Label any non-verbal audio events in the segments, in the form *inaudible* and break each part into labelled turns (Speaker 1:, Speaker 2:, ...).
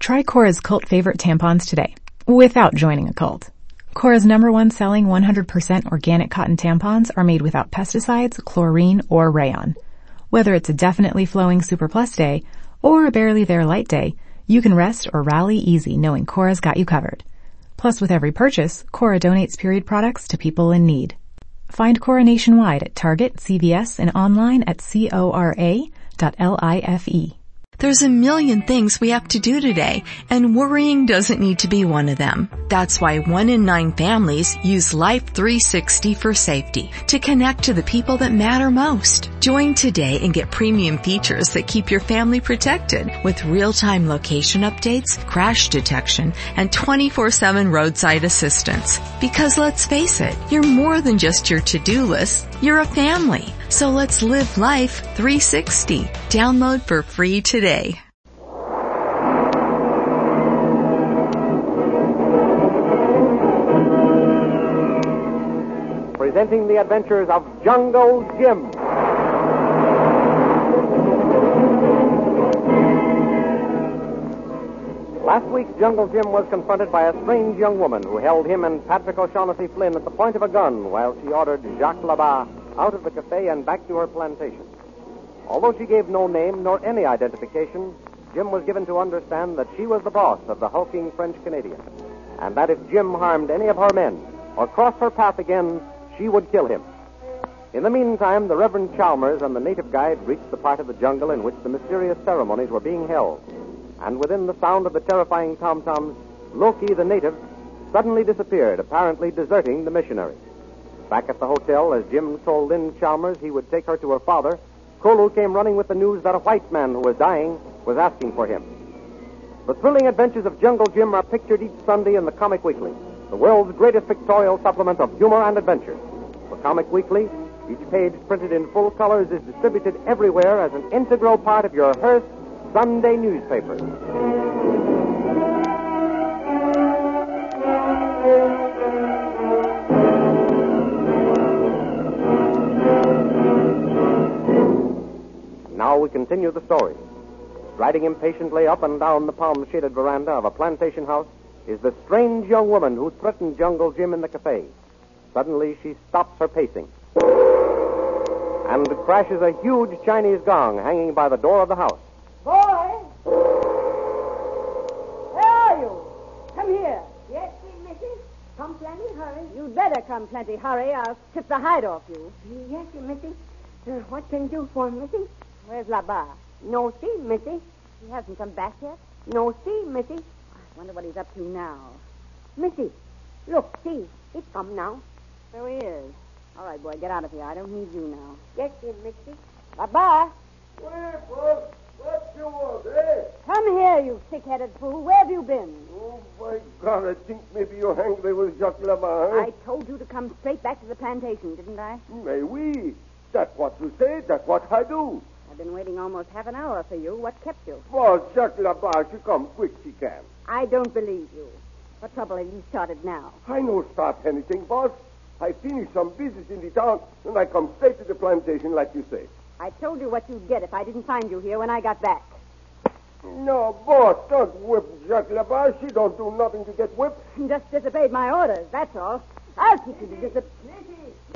Speaker 1: Try Cora's cult favorite tampons today without joining a cult. Cora's number one selling 100% organic cotton tampons are made without pesticides, chlorine, or rayon. Whether it's a definitely flowing Super Plus day or a barely there light day, you can rest or rally easy knowing Cora's got you covered. Plus with every purchase, Cora donates period products to people in need. Find Cora nationwide at Target, CVS, and online at cora.life.
Speaker 2: There's a million things we have to do today, and worrying doesn't need to be one of them. That's why one in nine families use Life 360 for safety to connect to the people that matter most. Join today and get premium features that keep your family protected with real-time location updates, crash detection, and 24-7 roadside assistance. Because let's face it, you're more than just your to-do list, you're a family. So let's live life 360. Download for free today.
Speaker 3: Presenting the adventures of Jungle Jim. Last week, Jungle Jim was confronted by a strange young woman who held him and Patrick O'Shaughnessy Flynn at the point of a gun while she ordered Jacques Labat out of the cafe and back to her plantation. Although she gave no name nor any identification, Jim was given to understand that she was the boss of the hulking French Canadian, and that if Jim harmed any of her men or crossed her path again, she would kill him. In the meantime, the Reverend Chalmers and the native guide reached the part of the jungle in which the mysterious ceremonies were being held, and within the sound of the terrifying tom toms, Loki, the native, suddenly disappeared, apparently deserting the missionary. Back at the hotel, as Jim told Lynn Chalmers he would take her to her father, Kolu came running with the news that a white man who was dying was asking for him. The thrilling adventures of Jungle Jim are pictured each Sunday in the Comic Weekly, the world's greatest pictorial supplement of humor and adventure. The Comic Weekly, each page printed in full colors, is distributed everywhere as an integral part of your Hearst Sunday newspaper. Now we continue the story. Striding impatiently up and down the palm shaded veranda of a plantation house is the strange young woman who threatened Jungle Jim in the cafe. Suddenly she stops her pacing and crashes a huge Chinese gong hanging by the door of the house.
Speaker 4: Boy! Where are you? Come here.
Speaker 5: Yes, Queen Mrs. Come plenty hurry.
Speaker 4: You'd better come plenty hurry. I'll strip the hide off you.
Speaker 5: Yes, you missy. Uh, what can you do for missy?
Speaker 4: Where's Labar?
Speaker 5: No see, missy.
Speaker 4: He hasn't come back yet?
Speaker 5: No see, missy.
Speaker 4: I wonder what he's up to now.
Speaker 5: Missy, look, see, it come now.
Speaker 4: So he is. All right, boy, get out of here. I don't need you now.
Speaker 5: Yes, you missy.
Speaker 4: Labar,
Speaker 6: Hey, folks, what you want, eh?
Speaker 4: come here, you thick-headed fool. Where have you been?
Speaker 6: Oh, my God, I think maybe you're angry with Jacques Lamar,
Speaker 4: I told you to come straight back to the plantation, didn't I?
Speaker 6: May we? That's what you say, that's what I do.
Speaker 4: I've been waiting almost half an hour for you. What kept you?
Speaker 6: Well, Jacques Labar, she come quick, she can.
Speaker 4: I don't believe you. What trouble have you started now?
Speaker 6: I no start anything, boss. I finish some business in the town, and I come straight to the plantation like you say.
Speaker 4: I told you what you'd get if I didn't find you here when I got back. *laughs*
Speaker 6: No, boss, don't whip Jacques Labar. She don't do nothing to get whipped.
Speaker 4: You Just disobeyed my orders, that's all. I'll teach you to disobey.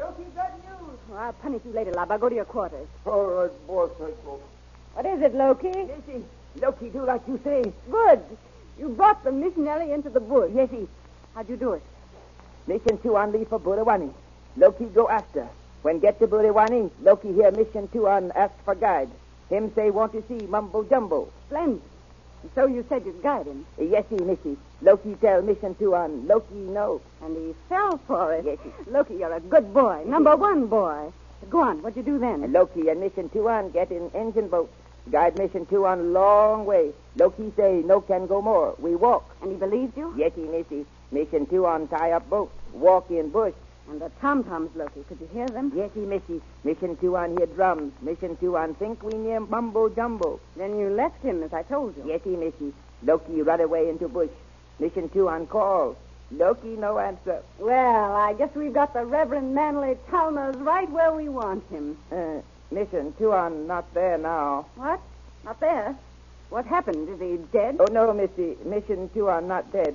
Speaker 4: Oh, I'll punish you later, Laba. Go to your quarters.
Speaker 6: All right, boss, I go.
Speaker 4: What is it, Loki?
Speaker 5: Missy, Loki, do like you say.
Speaker 4: Good. You brought the missionary into the bush.
Speaker 5: Missy,
Speaker 4: How'd you do it?
Speaker 5: mission two on leave for Burawani. Loki go after. When get to Burawani, Loki hear mission two on ask for guide. Him say want to see mumbo jumbo.
Speaker 4: Splendid. And so you said you'd guide him.
Speaker 5: Yes, he missy. Loki tell mission two on Loki no.
Speaker 4: And he fell for it.
Speaker 5: Yes.
Speaker 4: Loki, you're a good boy. Number one boy. Go on. What'd you do then?
Speaker 5: Loki and Mission Tuan get in engine boat. Guide Mission Tuan a long way. Loki say no can go more. We walk.
Speaker 4: And he believed you?
Speaker 5: Yeti missy. Mission Tuan tie up boat. Walk in bush.
Speaker 4: And the tom-toms, Loki. Could you hear them?
Speaker 5: Yeti missy. Mission Tuan hear drums. Mission Tuan think we near mumbo jumbo.
Speaker 4: Then you left him, as I told you.
Speaker 5: Yeti missy. Loki run away into bush. Mission Tuan call. Loki no answer.
Speaker 4: Well, I guess we've got the Reverend Manley Chalmers right where we want him.
Speaker 5: Uh, Mission Tuan not there now.
Speaker 4: What? Not there? What happened? Is he dead?
Speaker 5: Oh, no, Missy. Mission two are not dead.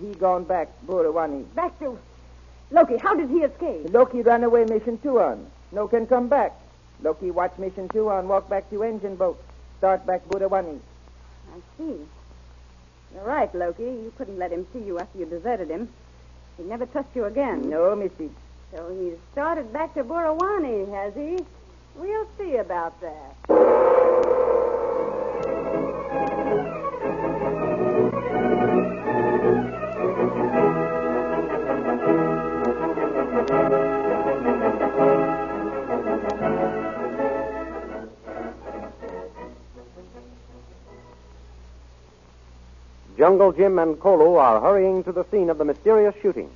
Speaker 5: He gone back, Burawani.
Speaker 4: Back to Loki. How did he escape?
Speaker 5: Loki run away mission two on. No can come back. Loki watch mission two on, walk back to engine boat. Start back Burawani.
Speaker 4: I see. You're right, Loki. You couldn't let him see you after you deserted him. He'd never trust you again.
Speaker 5: No, Missy.
Speaker 4: So he's started back to Burawani, has he? We'll see about that.
Speaker 3: Jungle Jim and Kolo are hurrying to the scene of the mysterious shooting.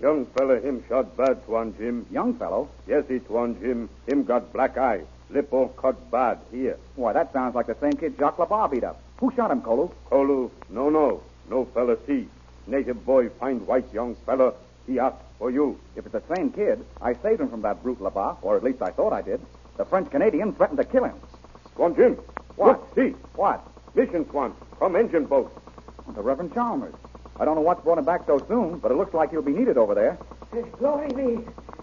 Speaker 6: Young fella him shot bad, Tuan Jim.
Speaker 7: Young fellow?
Speaker 6: Yes, he Tuan Jim. Him got black eye. Lip all cut bad here.
Speaker 7: Why, that sounds like the same kid Jacques Labar beat up. Who shot him, Kolu?
Speaker 6: Kolu, no, no. No fella see. Native boy find white young fella. He ask for you.
Speaker 7: If it's the same kid, I saved him from that brute Labar, or at least I thought I did. The French Canadian threatened to kill him.
Speaker 6: Tuan Jim.
Speaker 7: What?
Speaker 6: Look, see.
Speaker 7: What?
Speaker 6: Mission Tuan. Come engine boat.
Speaker 7: The Reverend Chalmers. I don't know what's brought him back so soon, but it looks like he'll be needed over there.
Speaker 8: Glory be.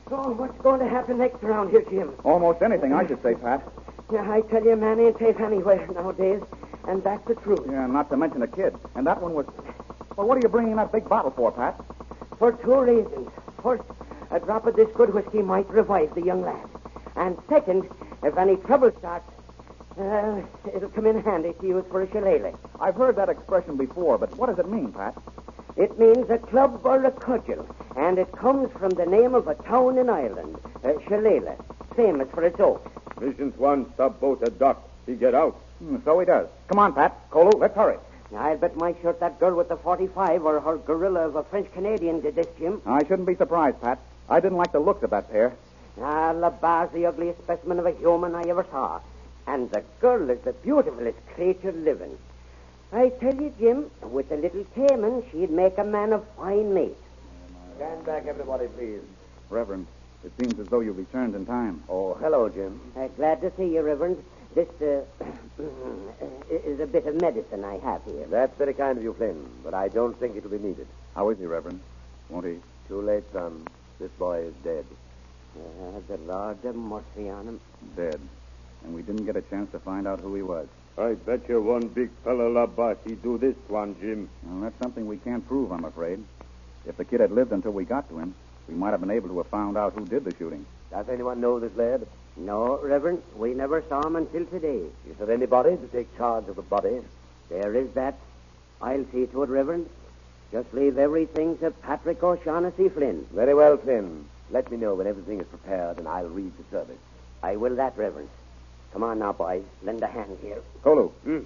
Speaker 8: Oh, what's going to happen next around here, Jim?
Speaker 7: Almost anything, I should say, Pat.
Speaker 8: Yeah, I tell you, a man ain't safe anywhere nowadays, and that's the truth.
Speaker 7: Yeah, not to mention a kid. And that one was. Well, what are you bringing that big bottle for, Pat?
Speaker 8: For two reasons. First, a drop of this good whiskey might revive the young lad. And second, if any trouble starts, uh, it'll come in handy to use for a shillelagh.
Speaker 7: I've heard that expression before, but what does it mean, Pat?
Speaker 8: It means a club or a cudgel, and it comes from the name of a town in Ireland, uh, Shillelagh, famous for its oak.
Speaker 6: Mission Tuan stop boat at dock. He get out.
Speaker 7: Hmm, so he does. Come on, Pat. Kolu, let's hurry.
Speaker 8: Now, I'll bet my shirt that girl with the 45 or her gorilla of a French Canadian did this, Jim.
Speaker 7: I shouldn't be surprised, Pat. I didn't like the looks of that pair.
Speaker 8: Ah, Labar's the ugliest specimen of a human I ever saw. And the girl is the beautifulest creature living. I tell you, Jim, with a little taming, she'd make a man of fine meat.
Speaker 9: Stand back, everybody, please.
Speaker 7: Reverend, it seems as though you returned in time.
Speaker 9: Oh, hello, Jim.
Speaker 8: Uh, glad to see you, Reverend. This uh, *clears throat* is a bit of medicine I have here.
Speaker 9: That's very kind of you, Flynn, but I don't think it'll be needed.
Speaker 7: How is he, Reverend? Won't he?
Speaker 9: Too late, son. This boy is dead.
Speaker 8: Uh, the Lord have mercy on him.
Speaker 7: Dead. And we didn't get a chance to find out who he was.
Speaker 6: I bet you one big fella Labat he do this Tuan Jim.
Speaker 7: Well, that's something we can't prove, I'm afraid. If the kid had lived until we got to him, we might have been able to have found out who did the shooting.
Speaker 9: Does anyone know this lad?
Speaker 8: No, Reverend, we never saw him until today.
Speaker 9: Is there anybody to take charge of the body?
Speaker 8: There is that. I'll see to it, Reverend. Just leave everything to Patrick O'Shaughnessy Flynn.
Speaker 9: Very well, Flynn. Let me know when everything is prepared, and I'll read the service.
Speaker 8: I will that, Reverend. Come on now, boys. Lend a hand here.
Speaker 7: Kolu,
Speaker 6: Hmm.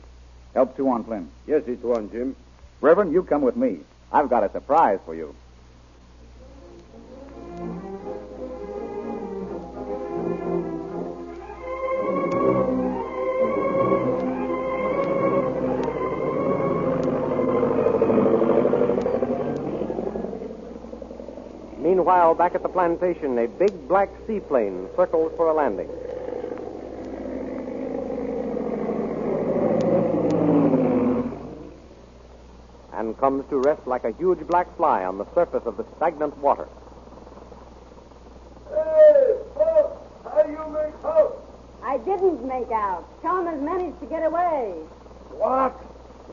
Speaker 7: help two on Flynn.
Speaker 6: Yes, he Tuan Jim.
Speaker 7: Reverend, you come with me. I've got a surprise for you. *laughs*
Speaker 3: Meanwhile, back at the plantation, a big black seaplane circles for a landing. And comes to rest like a huge black fly on the surface of the stagnant water.
Speaker 6: Hey, folks, how you make out?
Speaker 4: I didn't make out. Chalmers managed to get away.
Speaker 6: What?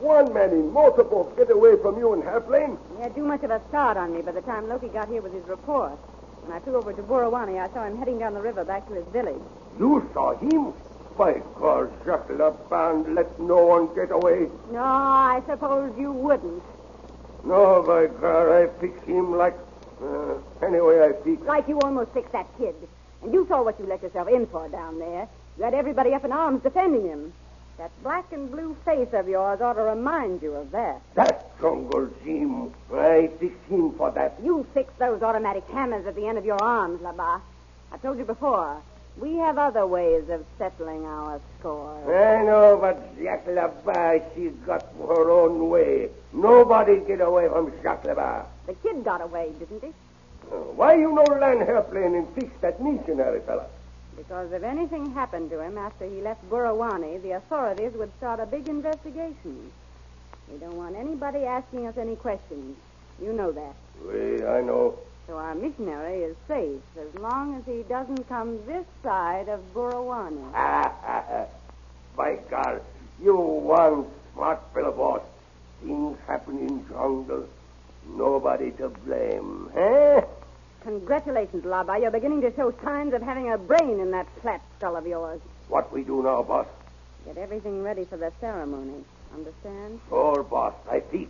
Speaker 6: One man in multiple get away from you in half lane?
Speaker 4: He had too much of a start on me by the time Loki got here with his report. When I flew over to Burawani, I saw him heading down the river back to his village.
Speaker 6: You saw him? By God, Jacques Laban, let no one get away.
Speaker 4: No, I suppose you wouldn't.
Speaker 6: No, by God, I fix him like. Uh, anyway, I fix.
Speaker 4: Like you almost fixed that kid. And you saw what you let yourself in for down there. You had everybody up in arms defending him. That black and blue face of yours ought to remind you of that.
Speaker 6: That jungle Jim. I fix him for that.
Speaker 4: You fix those automatic hammers at the end of your arms, Labar. I told you before, we have other ways of settling our score.
Speaker 6: I know, but Jacques Laban, she got her own way. Nobody get away from Jacques Laban.
Speaker 4: The kid got away, didn't he?
Speaker 6: Uh, Why you no land airplane and fix that missionary fella?
Speaker 4: Because if anything happened to him after he left Burawani, the authorities would start a big investigation. We don't want anybody asking us any questions. You know that.
Speaker 6: Oui, I know. *laughs*
Speaker 4: So our missionary is safe as long as he doesn't come this side of Burawani.
Speaker 6: By God, you one smart fellow, boss. Things happen in jungle. Nobody to blame, eh?
Speaker 4: Congratulations, Laba. You're beginning to show signs of having a brain in that flat skull of yours.
Speaker 6: What we do now, boss?
Speaker 4: Get everything ready for the ceremony. Understand?
Speaker 6: Sure, boss. I teach.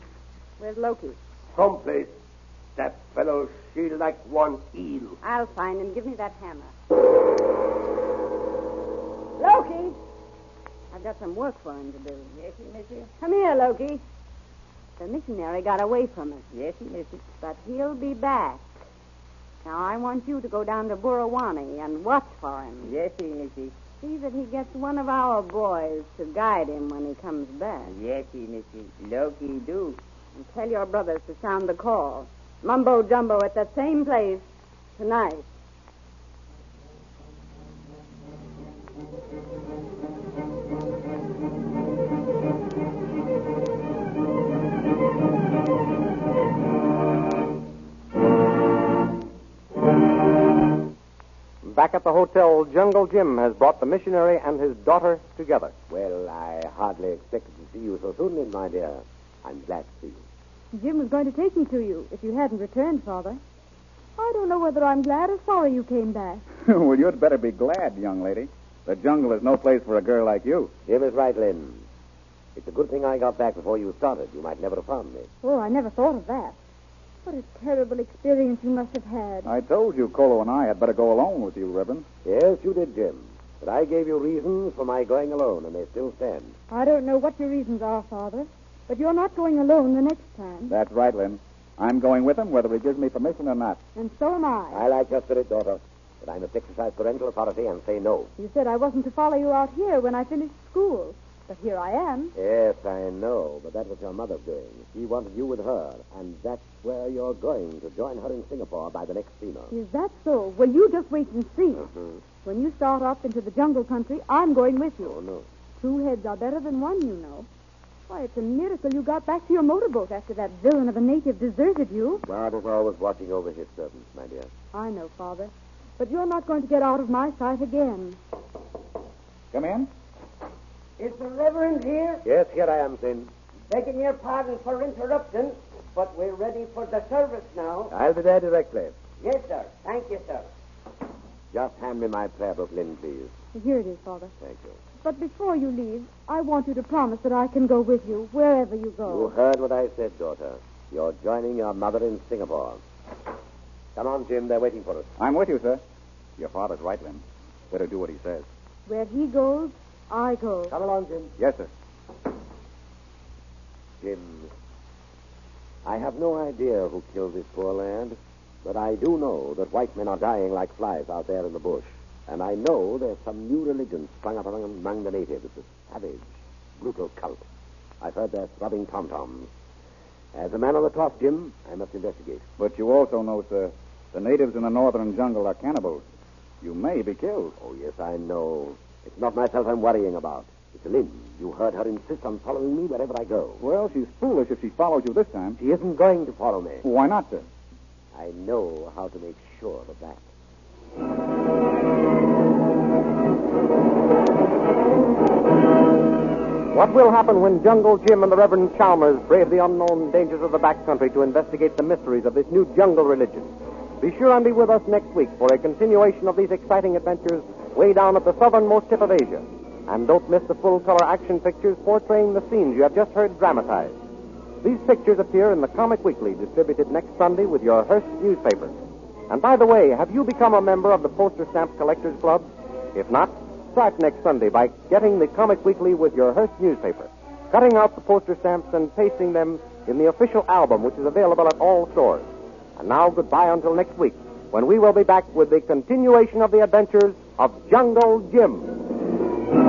Speaker 4: Where's Loki?
Speaker 6: Someplace. That fellow, she like one eel.
Speaker 4: I'll find him. Give me that hammer. Loki! I've got some work for him to do.
Speaker 5: Yes, Missy.
Speaker 4: Come here, Loki. The missionary got away from us,
Speaker 5: Yes, Missy.
Speaker 4: but he'll be back. Now, I want you to go down to Burawani and watch for him.
Speaker 5: Yes, Missy.
Speaker 4: See that he gets one of our boys to guide him when he comes back.
Speaker 5: Yes, Missy. Loki do.
Speaker 4: And tell your brothers to sound the call. Mumbo jumbo at that same place tonight.
Speaker 3: Back at the hotel, Jungle Jim has brought the missionary and his daughter together.
Speaker 9: Well, I hardly expected to see you so soon, Lynn, my dear. I'm glad to see you.
Speaker 10: Jim was going to take me to you if you hadn't returned, Father. I don't know whether I'm glad or sorry you came back.
Speaker 7: well, you'd better be glad, young lady. The jungle is no place for a girl like you.
Speaker 9: Jim is right, Lynn. It's a good thing I got back before you started. You might never have found me.
Speaker 10: Oh, I never thought of that. What a terrible experience you must have had.
Speaker 7: I told you Colo and I had better go alone with you, Reverend.
Speaker 9: Yes, you did, Jim. But I gave you reasons for my going alone, and they still stand.
Speaker 10: I don't know what your reasons are, Father, but you're not going alone the next time.
Speaker 7: That's right, Lynn. I'm going with him, whether he gives me permission or not.
Speaker 10: And so am I.
Speaker 9: I like your spirit, daughter, but I must exercise parental authority and say no.
Speaker 10: You said I wasn't to follow you out here when I finished school, but here I am.
Speaker 9: Yes, I know, but that was your mother's doing. She wanted you with her, and that's where you're going to join her in Singapore by the next steamer.
Speaker 10: Is that so? Well, you just wait and see.
Speaker 9: Mhm.
Speaker 10: When you start off into the jungle country, I'm going with you.
Speaker 9: Oh, no.
Speaker 10: Two heads are better than one, you know. Why, it's a miracle you got back to your motorboat after that villain of a native deserted you.
Speaker 9: God is always watching over his servants, my dear.
Speaker 10: I know, Father. But you're not going to get out of my sight again.
Speaker 7: Come in.
Speaker 8: Is the Reverend here?
Speaker 9: Yes, here I am, Sin.
Speaker 8: Begging your pardon for interruption, but we're ready for the service now.
Speaker 9: I'll be there directly.
Speaker 8: Yes, sir. Thank you, sir.
Speaker 9: Just hand me my prayer book, Lynn, please.
Speaker 10: Here it is, Father.
Speaker 9: Thank you.
Speaker 10: But before you leave, I want you to promise that I can go with you wherever you
Speaker 9: You
Speaker 10: go.
Speaker 9: heard what I said, daughter. You're joining your mother in Singapore. Come on, Jim. They're waiting for us.
Speaker 7: I'm with you, sir. Your father's right, Lynn. Better do what he says.
Speaker 10: Where he goes, I go.
Speaker 9: Come along, Jim.
Speaker 7: Yes, sir.
Speaker 9: Jim, I have no idea who killed this poor lad, but I do know that white men are dying like flies out there in the bush. And I know there's some new religion sprung up among, among the natives. It's a savage, brutal cult. I've heard they're throbbing tom-toms. As a man on the cross, Jim, I must investigate.
Speaker 7: But you also know, sir, the natives in the northern jungle are cannibals. You may be killed.
Speaker 9: Oh, yes, I know. It's not myself I'm worrying about. It's Lynn. You heard her insist on following me wherever I go.
Speaker 7: Well, she's foolish if she follows you this time.
Speaker 9: She isn't going to follow me.
Speaker 7: Why not, sir?
Speaker 9: I know how to make sure of that.
Speaker 3: What will happen when Jungle Jim and the Reverend Chalmers brave the unknown dangers of the backcountry to investigate the mysteries of this new jungle religion? Be sure and be with us next week for a continuation of these exciting adventures way down at the southernmost tip of Asia. And don't miss the full color action pictures portraying the scenes you have just heard dramatized. These pictures appear in the Comic Weekly, distributed next Sunday with your Hearst newspaper. And by the way, have you become a member of the Poster Stamp Collectors Club? If not, start next Sunday by getting the Comic Weekly with your Hearst newspaper, cutting out the poster stamps and pasting them in the official album, which is available at all stores. And now, goodbye until next week, when we will be back with the continuation of the adventures of Jungle Jim.